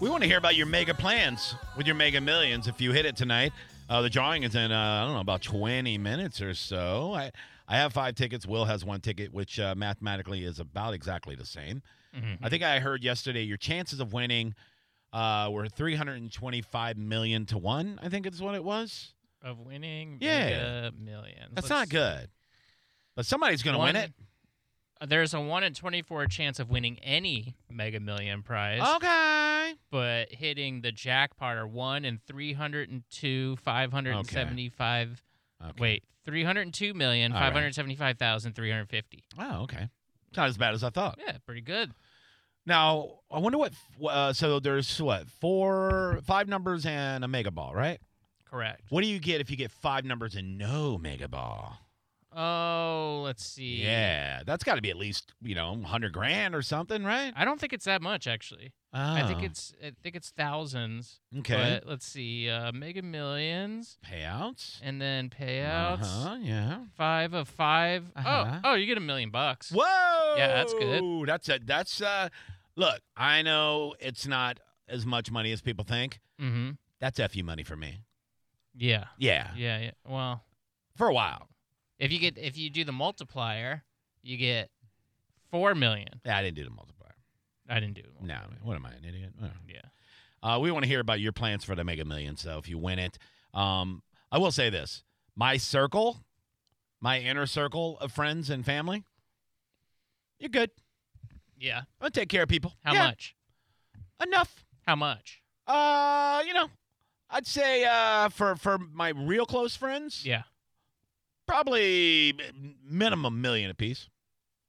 We want to hear about your mega plans with your mega millions if you hit it tonight. Uh, the drawing is in, uh, I don't know, about 20 minutes or so. I, I have five tickets. Will has one ticket, which uh, mathematically is about exactly the same. Mm-hmm. I think I heard yesterday your chances of winning uh, were 325 million to one, I think is what it was. of winning Yeah. mega millions. That's Let's not good. But somebody's going to One- Uh, win it. There's a 1 in 24 chance of winning any Mega Million prize, Oh. Okay. but hitting the jackpot are 1 in 302, 575. okay. Wait, 302 million, All right. 575,350. Oh, okay. It's not as bad as I thought. Yeah, pretty good. Now, I wonder what. Uh, so there's what? Four, five numbers and a mega ball, right? Correct. What do you get if you get five numbers and no mega ball? Oh, let's see. Yeah, that's got to be at least you know hundred grand or something, right? I don't think it's that much actually. I think Oh, it's I think it's thousands. okay. But let's see. Uh mega millions Payouts. and then payouts. Uh-huh, yeah. 5 of 5. Uh-huh. Oh, oh, you get a million bucks. Whoa. Yeah, that's good. That's a that's uh. Look, I know it's not as much money as people think. Mhm. That's fu money for me. Yeah. Yeah, Yeah, yeah. Well, for a while. if you get if you do the multiplier, you get 4 million. Yeah, I didn't do the multiplier. I didn't do it. No, what am I, an idiot? Oh. Yeah. Uh, we want to hear about your plans for the Mega Millions, though, if you win it. Um, I will say this my circle, my inner circle of friends and family, you're good. Yeah. I'll take care of people. How Yeah, much? Enough. How much? Uh, you know, I'd say uh, for, for my real close friends, Yeah. probably m- minimum million apiece.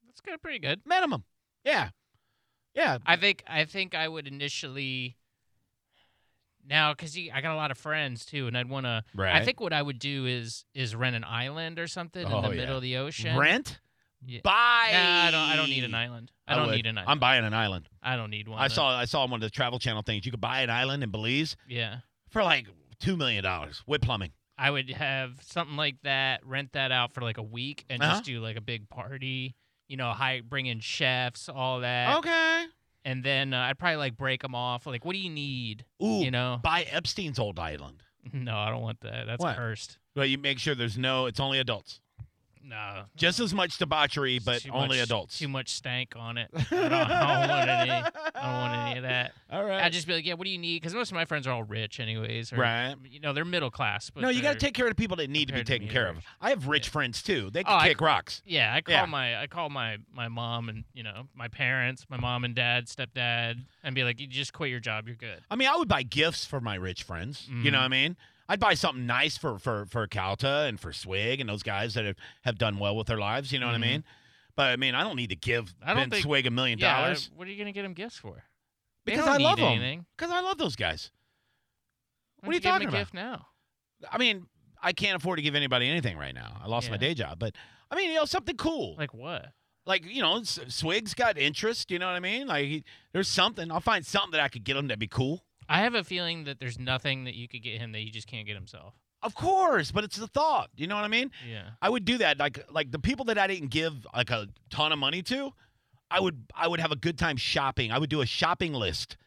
That's good, pretty good. Minimum. Yeah. Yeah. I think I think I would initially now because I got a lot of friends too, and I'd want to. Right. I think what I would do is is rent an island or something Oh, in the yeah. middle of the ocean. rent, Yeah. buy. Nah, I don't. I don't need an island. I, don't would. need an island. I'm buying an island. I don't need one. I though. saw I saw one of the Travel Channel things. You could buy an island in Belize Yeah, for like two million dollars with plumbing. I would have something like that. Rent that out for like a week and Uh-huh. just do like a big party. You know, hire, bring in chefs, all that, Okay. and then uh, I'd probably like break them off. Like, what do you need? Ooh, You know? buy Epstein's old island. No, I don't want that. That's What? cursed. But you make sure there's no. It's only adults. No, Just as much debauchery, It's but too only much- adults. Too much stank on it. I don't, I don't want any. I don't want any of that. All right. I'd just be like, yeah, what do you need? Because most of my friends are all rich, anyways. Or, Right. You know, they're middle class. But no, you got to they're- take care of the people that need to be compared to taken me, care they're of. rich. I have rich Yeah. friends too. They Oh, can I- kick rocks. Yeah, I call Yeah. my I call my my mom and you know my parents, my mom and dad, stepdad, and be like, you just quit your job, you're good. I mean, I would buy gifts for my rich friends. You know Mhm. what I mean? I'd buy something nice for for for Calta and for Swig and those guys that have, have done well with their lives. You know Mhm. what I mean? But I mean, I don't need to give I don't Ben think- Swig a million Yeah, I- dollars What are you gonna get them gifts for? They because don't I need love them. anything. Because I love those guys. Why What are don't you give 'em talking a about? Gift now. I mean, I can't afford to give anybody anything right now. I lost my Yeah. day job, but I mean, you know, something cool. Like, Like what? you know, S- Swig's got interest. You know what I mean? Like, he, there's something. I'll find something that I could get him that'd be cool. I have a feeling that there's nothing that you could get him that he just can't get himself. Of course, but it's the thought. You know what I mean? Yeah. I would do that. Like like the people that I didn't give like a ton of money to, I would I would have a good time shopping. I would do a shopping list,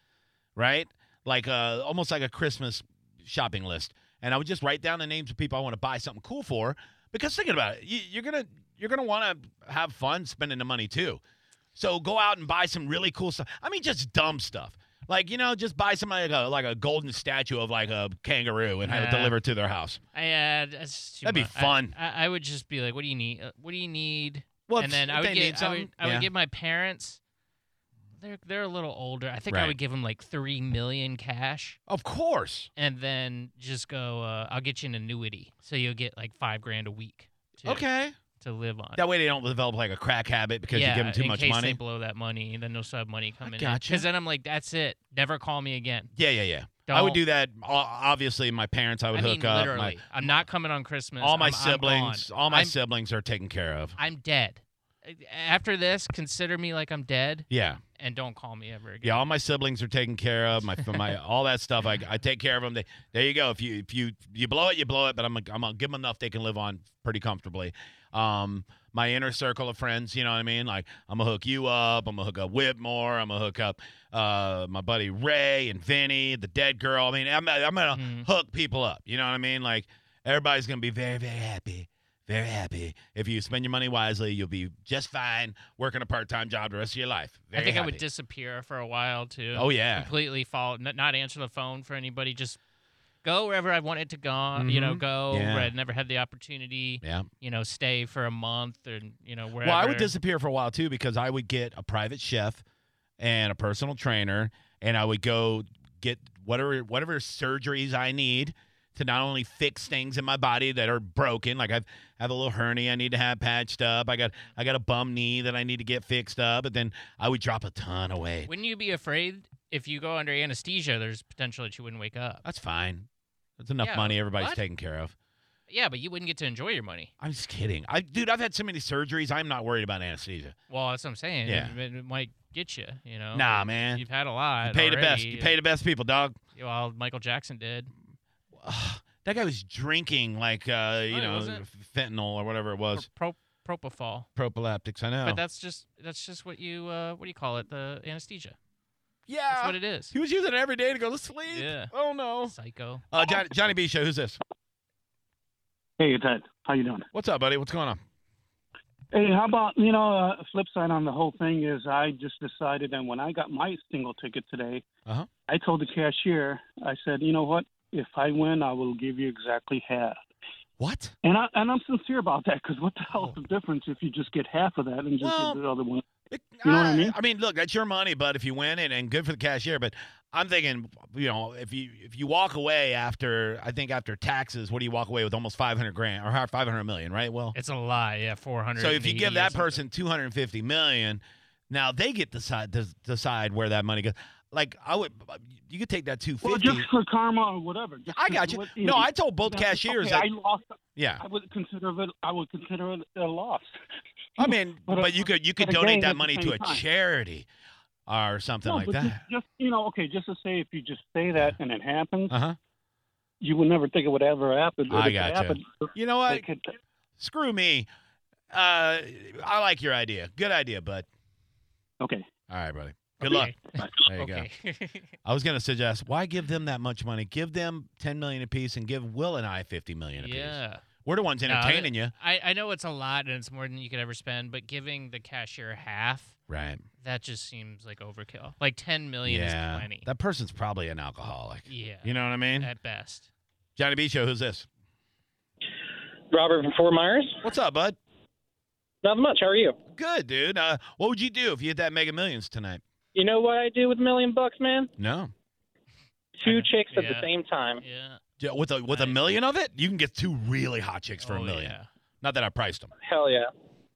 right? Like uh almost like a Christmas shopping list, and I would just write down the names of people I want to buy something cool for. Because thinking about it, you, you're gonna you're gonna want to have fun spending the money too. So go out and buy some really cool stuff. I mean, just dumb stuff. Like you know, just buy somebody like a, like a golden statue of like a kangaroo and have it Nah. delivered to their house. I, uh, that's just too That'd be much. I- fun. I, I would just be like, "What do you need? Uh, What do you need?" Well, and if- then if I they would need get, I would, something- I would yeah. give my parents. They're they're a little older. I think I Right. would give them like three million cash, Of course. and then just go. Uh, I'll get you an annuity, so you'll get like five grand a week. To, Okay. To live on. That way they don't develop like a crack habit because yeah, you give them too in much case money. they blow that money, then they'll still have money coming gotcha. Because then I'm like, that's it. Never call me again. yeah, yeah, yeah. Don't, I would do that. o- Obviously, my parents, I I would mean, hook up. my- literally. I'm not coming on Christmas. all my I'm- I'm gone. siblings, all my I'm- siblings are taken care of. I'm dead. after this, consider me like I'm dead Yeah. and don't call me ever again. Yeah, all my siblings are taken care of. My, my all that stuff. I, I take care of them. They, there you go. If you if you you blow it, you blow it. But I'm I'm gonna give them enough they can live on pretty comfortably. Um, my inner circle of friends. You know what I mean? Like I'm gonna hook you up. I'm gonna hook up Whitmore. I'm gonna hook up uh my buddy Ray and Vinny, the dead girl. I mean, I'm I'm gonna Mhm. hook people up. You know what I mean? Like everybody's gonna be very very happy. Very happy. If you spend your money wisely, you'll be just fine working a part-time job the rest of your life. I Very think I would happy. disappear for a while too. Oh yeah. completely fall, n- not answer the phone for anybody. Just go wherever I wanted to go. You know, Mhm. go Yeah. where I never had the opportunity. Yeah. You know, stay for a month or you know wherever. Well, I would disappear for a while too because I would get a private chef and a personal trainer, and I would go get whatever whatever surgeries I need to not only fix things in my body that are broken, like I've I have a little hernia I need to have patched up. I got I got a bum knee that I need to get fixed up, but then I would drop a ton of weight. Wouldn't you be afraid if you go under anesthesia? There's potential that you wouldn't wake up. That's fine. That's enough Yeah, money. Everybody's what? taken care of. Yeah, but you wouldn't get to enjoy your money. I'm just kidding. I dude, I've had so many surgeries. I'm not worried about anesthesia. Well, that's what I'm saying. Yeah. it, it might get you. You know. Nah, man. You've had a lot. You pay the best. already. You pay the best people, dog. Well, Michael Jackson did. Ugh, that guy was drinking like uh, you he know Oh, wasn't. f- fentanyl or whatever it was. Pro- propofol. Prophylactics, I know. But that's just that's just what you uh, what do you call it? The anesthesia. That's yeah, what it is. he was using it every day to go to sleep. Yeah. Oh no. Psycho. Uh, Johnny, Johnny B. Show, who's this? Hey, Ted. How you doing? What's up, buddy? What's going on? Hey, how about you know? Uh, flip side on the whole thing is I just decided, and when I got my single ticket today, Uh-huh. I told the cashier, I said, you know what? If I win, I will give you exactly half. What? And I and I'm sincere about that because what the hell's Oh. the difference if you just get half of that and just Well- give the other one? It- You know what I mean? I mean, look, that's your money, but if you win it, and good for the cashier. But I'm thinking, you know, if you if you walk away after, I think after taxes, what do you walk away with? Almost 500 grand or 500 million, right? Well, It's a lie. Yeah, four hundred. So if you give that person 250 million, now they get decide des- decide where that money goes. Like I would, you could take that Well, 250. just for karma or whatever. Just I 'cause got you. what- No, know, I told both okay, cashiers that. I lost. yeah, I would consider it. I would consider it a loss. I mean, But, but uh, you could you could but again, donate at that the money to same a time- charity or something no, like but that. Just, just you know, okay, just to say, if you just say that and it happens, Uh huh. you would never think it would ever happen. I If it gotcha. happened, You know they what? could- Screw me. Uh, I like your idea. Good idea, bud. okay. All right, buddy. Good luck. There you go. okay. I was gonna suggest why give them that much money? Give them 10 million apiece and give Will and I 50 million apiece. yeah. We're the ones No, I- entertaining you. I, I know it's a lot and it's more than you could ever spend, but giving the cashier half, Right. that just seems like overkill. Like ten million Yeah. is plenty. That person's probably an alcoholic. yeah. You know what I mean? at best. Johnny B. Show, who's this? Robert from Fort Myers. What's up, bud? Not much. How are you? Good, dude. Uh, what would you do if you hit that Mega Millions tonight? You know what I do with a million bucks, man? No. Two chicks at Yeah. the same time. Yeah. Yeah, with a with a Nice. million of it, you can get two really hot chicks for a Oh, million. yeah. Not that I priced them. Hell yeah.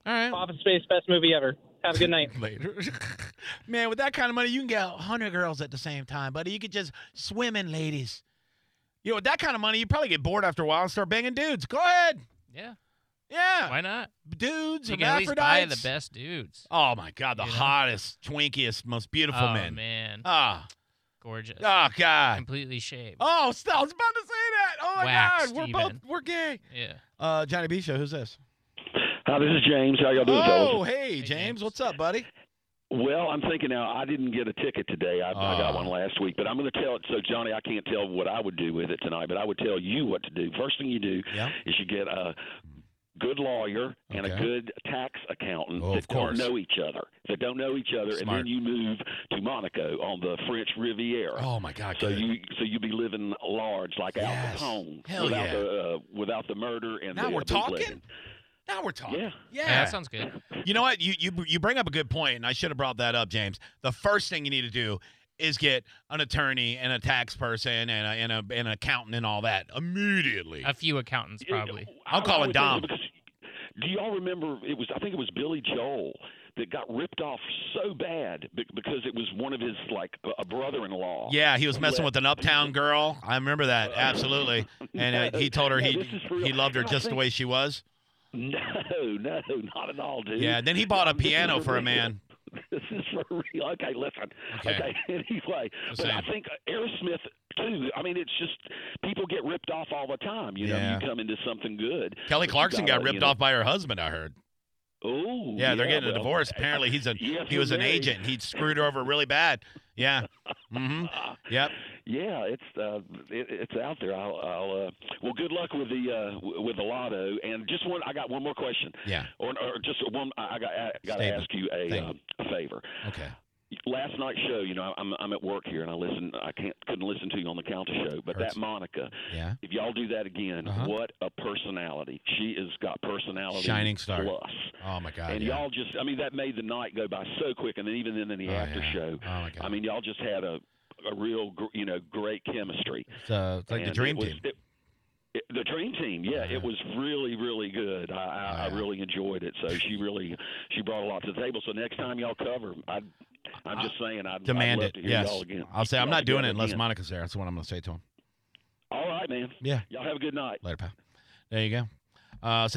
All right. Office Space, best movie ever. Have a good night. Later. Man, with that kind of money, you can get 100 girls at the same time, buddy. You could just swim in ladies. You know, with that kind of money, you probably get bored after a while and start banging dudes. Go ahead. Yeah. Yeah. Why not? Dudes, You can at least buy the hermaphrodites. best dudes. Oh, my God. The You know? hottest, twinkiest, most beautiful oh men. man. Ah. Gorgeous. Oh, God. Completely shaved. Oh, st- I was about to say that. Oh, my Waxed God. We're even. both, we're gay. Yeah. Uh, Johnny B. Show, who's this? Hi, this is James. How y'all doing, Oh, fellas? hey, James. James. What's up, buddy? Well, I'm thinking now. I didn't get a ticket today. I, I Ah. got one last week, but I'm going to tell it. So, Johnny, I can't tell what I would do with it tonight, but I would tell you what to do. First thing you do Yeah. is you get a good lawyer and Okay. a good tax accountant Oh, of that course. don't know each other. That don't know each other, and Smart. then you move to Monaco on the French Riviera. Oh, my God. So good. you so you be living large like Yes. Al Capone Hell without yeah. the uh, without the murder and Now the we're uh, bootlegging. talking? now we're talking. Yeah. Yeah, that sounds good. You know what? You you you bring up a good point, and I should have brought that up, James. The first thing you need to do is get an attorney and a tax person and a, and, a, and an accountant and all that immediately. A few accountants Yeah, probably. I- I'm I calling would think Dom. it was- Do y'all remember? It was I think it was Billy Joel that got ripped off so bad be- because it was one of his like a- a brother-in-law. yeah, he was messing with an uptown girl. I remember that absolutely, and uh, he told her No, he this is real. he loved her And I just the think- way she was. No, no, not at all, dude. Yeah, then he bought a This is piano for a real. man. This is for real. Okay, listen. Okay. Anyway, Just but I saying. think Aerosmith too. I mean, it's just people get ripped off all the time. You know, Yeah. you come into something good. Kelly but you Clarkson got gotta, ripped you know- off by her husband, I heard. Oh, Yeah, they're getting a well, divorce. I- Apparently, he's a yes, he was an indeed. agent. He screwed her over really bad. Yeah. Mm-hmm. Ah, Yep. yeah, it's uh, it, it's out there. I'll, I'll uh, well, good luck with the uh, w- with the lotto. And just one, I got one more question, Yeah. or, or just one. I I got I got to Statement. ask you a, Thing. uh, a favor. Okay. last night's show, you know, I'm I'm at work here and I listen I can't couldn't listen to you on the counter show, but Hurts. that Monica, Yeah. if y'all do that again, Uh-huh. what a personality. She has got personality Shining star. plus. Oh my God. and yeah. y'all just I mean that made the night go by so quick and then even then in the Oh, after yeah. show, Oh my God. I mean y'all just had a a real gr- you know great chemistry. it's, uh, it's like the And dream it was- team. it- it- the dream team, yeah, Yeah. it was really, really good. I, I, Yeah. I really enjoyed it. So she really, she brought a lot to the table. So next time y'all cover, I, I'm I- just saying, I'd Demand I'd love it. To hear Yes. y'all again. I'll say I'm Y'all not doing together it unless again. Monica's there. That's what I'm going to say to him. All right, man. Yeah. Y'all have a good night. Later, pal. There you go. Uh,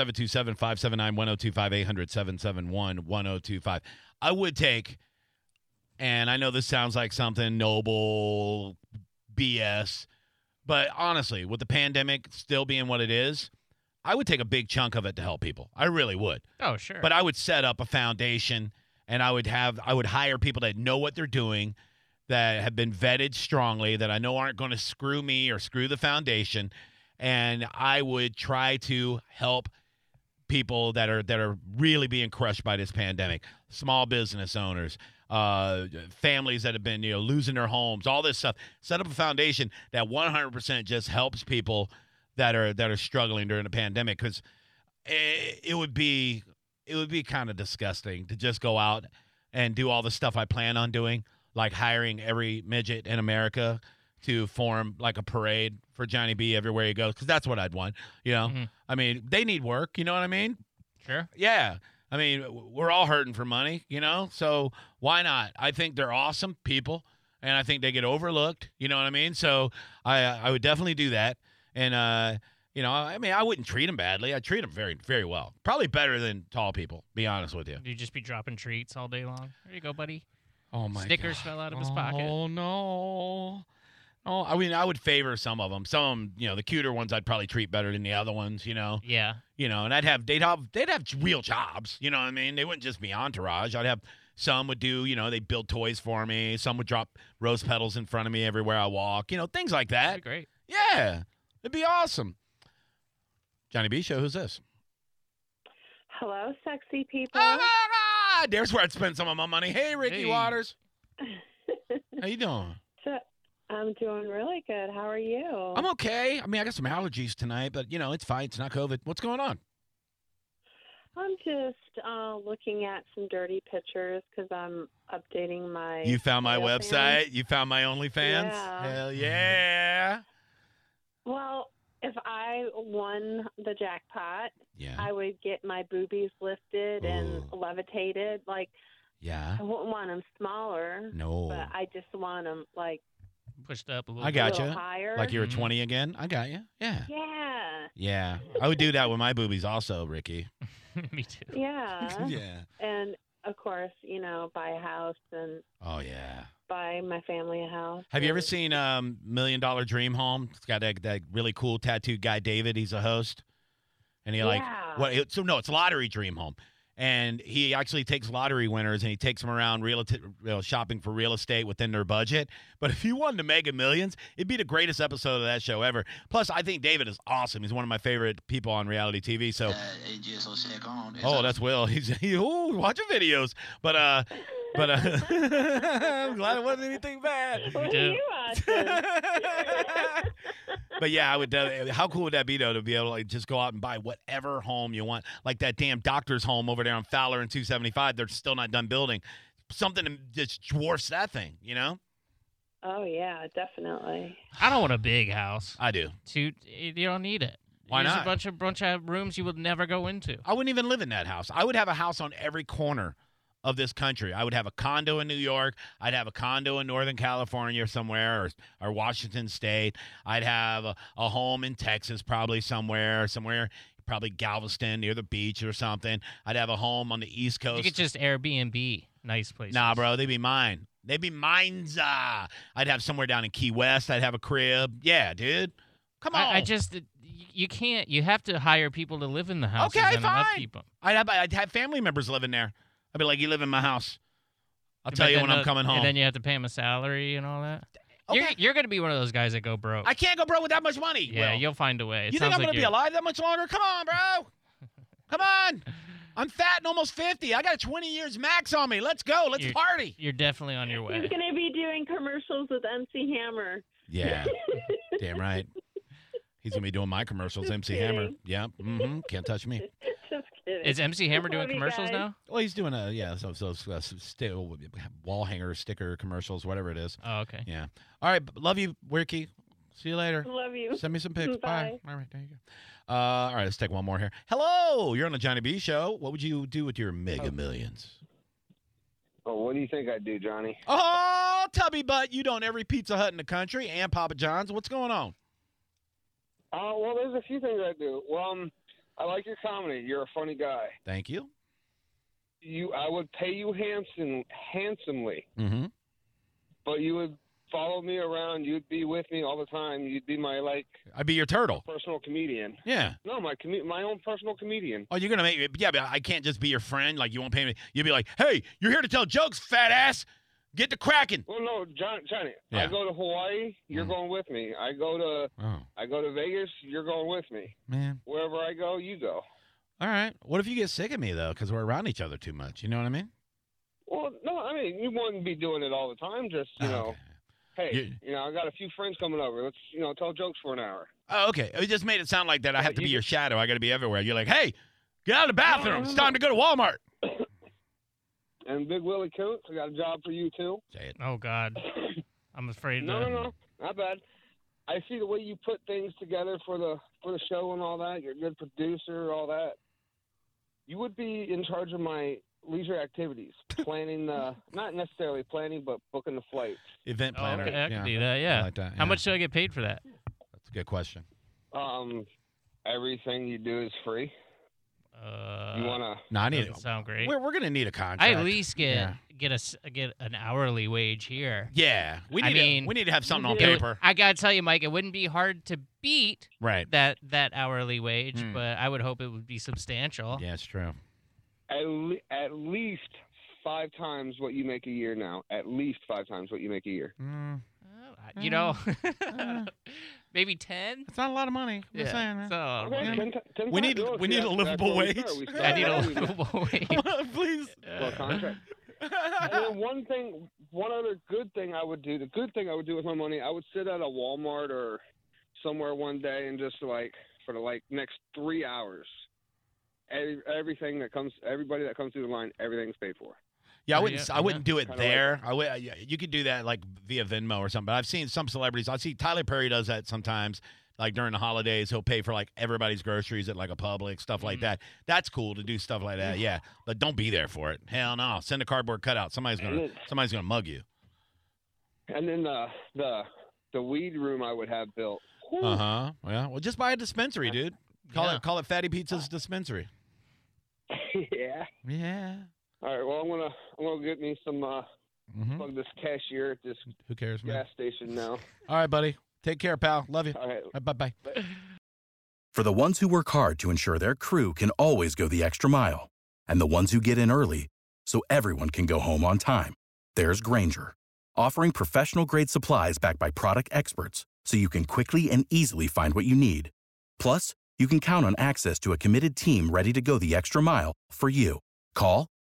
727-579-1025-800-771-1025. I would take, and I know this sounds like something noble, BS, but honestly, with the pandemic still being what it is, I would take a big chunk of it to help people. I really would. Oh, sure. But I would set up a foundation and I would have I would hire people that know what they're doing that have been vetted strongly that I know aren't going to screw me or screw the foundation and I would try to help people that are that are really being crushed by this pandemic small business owners uh, families that have been you know losing their homes all this stuff set up a foundation that 100% just helps people that are that are struggling during the pandemic because it, it would be it would be kind of disgusting to just go out and do all the stuff I plan on doing, like hiring every midget in America to form like a parade for Johnny B everywhere he goes, because that's what I'd want. You know, Mhm. I mean, they need work. You know what I mean? sure. Yeah. I mean, w- we're all hurting for money, you know? So why not? I think they're awesome people and I think they get overlooked, you know what I mean? So I uh, I would definitely do that. And uh, you know, I mean, I wouldn't treat them badly. I treat them very very well. Probably better than tall people, be honest with you. You just be dropping treats all day long. There you go, buddy. Oh my Snickers God. fell out of his pocket. Oh no. Oh, I mean, I would favor some of them. Some, of 'em, you know, the cuter ones I'd probably treat better than the other ones, you know. Yeah. you know, and I'd have they'd have they'd have real jobs. You know what I mean? They wouldn't just be entourage. I'd have some would do, you know, they build toys for me. Some would drop rose petals in front of me everywhere I walk. You know, things like That'd that. be great. Yeah, it'd be awesome. Johnny B show. Who's this? Hello, sexy people. Oh my God! There's where I'd spend some of my money. Hey, Ricky Hey. Waters. How you doing? So, I'm doing really good. How are you? I'm okay. I mean, I got some allergies tonight, but you know, it's fine. It's not COVID. What's going on? I'm just uh, looking at some dirty pictures because I'm updating my. You found my OnlyFans. website. You found my OnlyFans. Yeah. Hell yeah! Well, if I won the jackpot, Yeah. I would get my boobies lifted and Ooh. levitated. Like Yeah. I wouldn't want them smaller, No. but I just want them like Pushed up a little. I a got- little Gotcha. higher. Like you were Mhm. 20 again? I got you. Mm-hmm. Yeah. yeah, Yeah. I would do that with my boobies also, Ricky. bit. Me too. yeah, yeah. and of course, you know, buy a house and Oh, yeah. buy my family a house. Have you ever and- seen um, Million Dollar Dream Home? It's got that, that really cool tattooed guy, David. He's a host. And he, like, Yeah. what? it- so, no, it's Lottery Dream Home. And he actually takes lottery winners and he takes them around real, you know, shopping for real estate within their budget. But if you wanted to mega millions, it'd be the greatest episode of that show ever. Plus, I think David is awesome. He's one of my favorite people on reality TV. So, Oh, that's Will. He's he, ooh, watching videos. But uh but uh I'm glad it wasn't anything bad. What are do. you watching? but yeah, I would. Uh, how cool would that be though to be able to like, just go out and buy whatever home you want, like that damn doctor's home over there on Fowler and 275. They're still not done building. Something that just dwarfs that thing, you know? oh yeah, definitely. I don't want a big house. I do. Dude, eh, you don't need it. Why There's not? a bunch of bunch of rooms you would never go into. I wouldn't even live in that house. I would have a house on every corner of this country. I would have a condo in New York. I'd have a condo in Northern California somewhere or, or Washington State. I'd have a, a home in Texas, probably somewhere, somewhere, probably Galveston near the beach or something. I'd have a home on the East You Coast. could just Airbnb nice places. Nah, bro, they'd be mine. They'd be mine's. Uh, I'd have somewhere down in Key West. I'd have a crib. Yeah, dude. Come on. I, I just eh, y- you can't. You have to hire people to live in the house. Okay, and fine. Upkeep 'em. I'd have, I'd have family members living there. I'd be like, you live in my house. I'll But tell you then when I'm the- coming home. And then you have to pay them a salary and all that. You're, okay. you're going to be one of those guys that go broke. I can't go, bro, with that much money. yeah, Will. you'll find a way. It you think sounds I'm like gonna be you're- alive that much longer? Come on, bro. Come on. I'm fat and almost 50. I got 20 years max on me. Let's go. Let's You're- party. You're definitely on your way. He's going to be doing commercials with MC Hammer. Yeah. Damn right. He's gonna be doing my commercials, MC Hammer. kidding. Yeah. Mm-hmm. Can't touch me. Just kidding. Is MC Hammer doing Love you commercials guys. now? Well, he's doing a yeah, so so, uh, so, so still oh, wall hanger sticker commercials, whatever it is. Oh, okay. Yeah. All right. Love you, Wiki. See you later. Love you. Send me some pics. Bye. All right, there you go. Uh, all right, let's take one more here. Hello, you're on the Johnny B Show. What would you do with your Mega Millions? Oh, what do you think I'd do, Johnny? Oh, Tubby Butt, you don't every Pizza Hut in the country and Papa John's. What's going on? Uh, well, there's a few things I'd do. Well, um, I like your comedy. You're a funny guy. Thank you. You, I would pay you handsome, handsomely, Mm-hmm. but you would follow me around. You'd be with me all the time. You'd be my like I'd be your turtle. personal comedian. Yeah. No, my com- my own personal comedian. Oh, you're gonna make me. Yeah, but I can't just be your friend. Like you won't pay me. You'd be like, hey, you're here to tell jokes, fat ass. Get the cracking. Well, no, John, Johnny. Yeah. I go to Hawaii. You're Mhm. going with me. I go to Oh I go to Vegas. You're going with me. man. Wherever I go, you go. All right. What if you get sick of me though, because we're around each other too much? You know what I mean? Well, no, I mean you wouldn't be doing it all the time. Just you Oh, know, okay. hey, You- you, know, I got a few friends coming over. Let's you know tell jokes for an hour. Oh, okay. It just made it sound like that. I Yeah, have to you be your shadow. I got to be everywhere. You're like, hey, get out of the bathroom. no, It's no. time to go to Walmart. And Big Willie Coates, I got a job for you too. Say it. Oh God, I'm afraid. uh, oh, No, to- no, no, not bad. I see the way you put things together for the for the show and all that. You're a good producer, all that. You would be in charge of my leisure activities, planning the not necessarily planning, but booking the flights. Event Oh, planner. okay, I Yeah. can do that. I Yeah. like that, How yeah. much do I get paid for that? That's a good question. Um, everything you do is free. Uh, You wanna? No, I need doesn't sound great. We're, we're going to need a contract. I at least get Yeah. get a s- get an hourly wage here. Yeah. We I need, mean- to, we need to have something on It would- paper. I gotta tell you, Mike, it wouldn't be hard to beat Right. that that hourly wage, Hmm. but I would hope it would be substantial. Yeah, it's true. at, le- at least five times what you make a year now. At least five times what you make a year. Mm, Uh, I- you know, uh. maybe ten. it's not a lot of money. I'm just saying, man. so yeah. ten ti- ten We times. need- No, we see, need a that's- livable that's where we wage. start. We start I need a with- livable wage. Please. Well, contract. And then one thing, one other good thing I would do. The good thing I would do with my money, I would sit at a Walmart or somewhere one day and just like for the like next three hours, every, everything that comes, everybody that comes through the line, everything's paid for. Yeah, I Yeah, wouldn't. yeah, I wouldn't do it Kinda like- there. I would. uh, yeah, You could do that like via Venmo or something. But I've seen some celebrities. I see Tyler Perry does that sometimes. Like during the holidays, he'll pay for like everybody's groceries at like a public stuff like Mhm. that. That's cool to do stuff like that. Yeah, but don't be there for it. Hell no. Send a cardboard cutout. Somebody's And gonna. then- Somebody's gonna mug you. And then the the the weed room I would have built. Whew. Uh huh. Yeah. Well, just buy a dispensary, dude. Call Yeah. it. Call it Fatty Pizza's dispensary. yeah. Yeah. All right. Well, I'm gonna I'm gonna get me some uh, hmm plug this cashier at this Who cares, man? gas station now. All right, buddy. Take care, pal. Love you. All right. Bye, bye. For the ones who work hard to ensure their crew can always go the extra mile, and the ones who get in early so everyone can go home on time, there's Granger, offering professional grade supplies backed by product experts so you can quickly and easily find what you need. Plus, you can count on access to a committed team ready to go the extra mile for you. Call,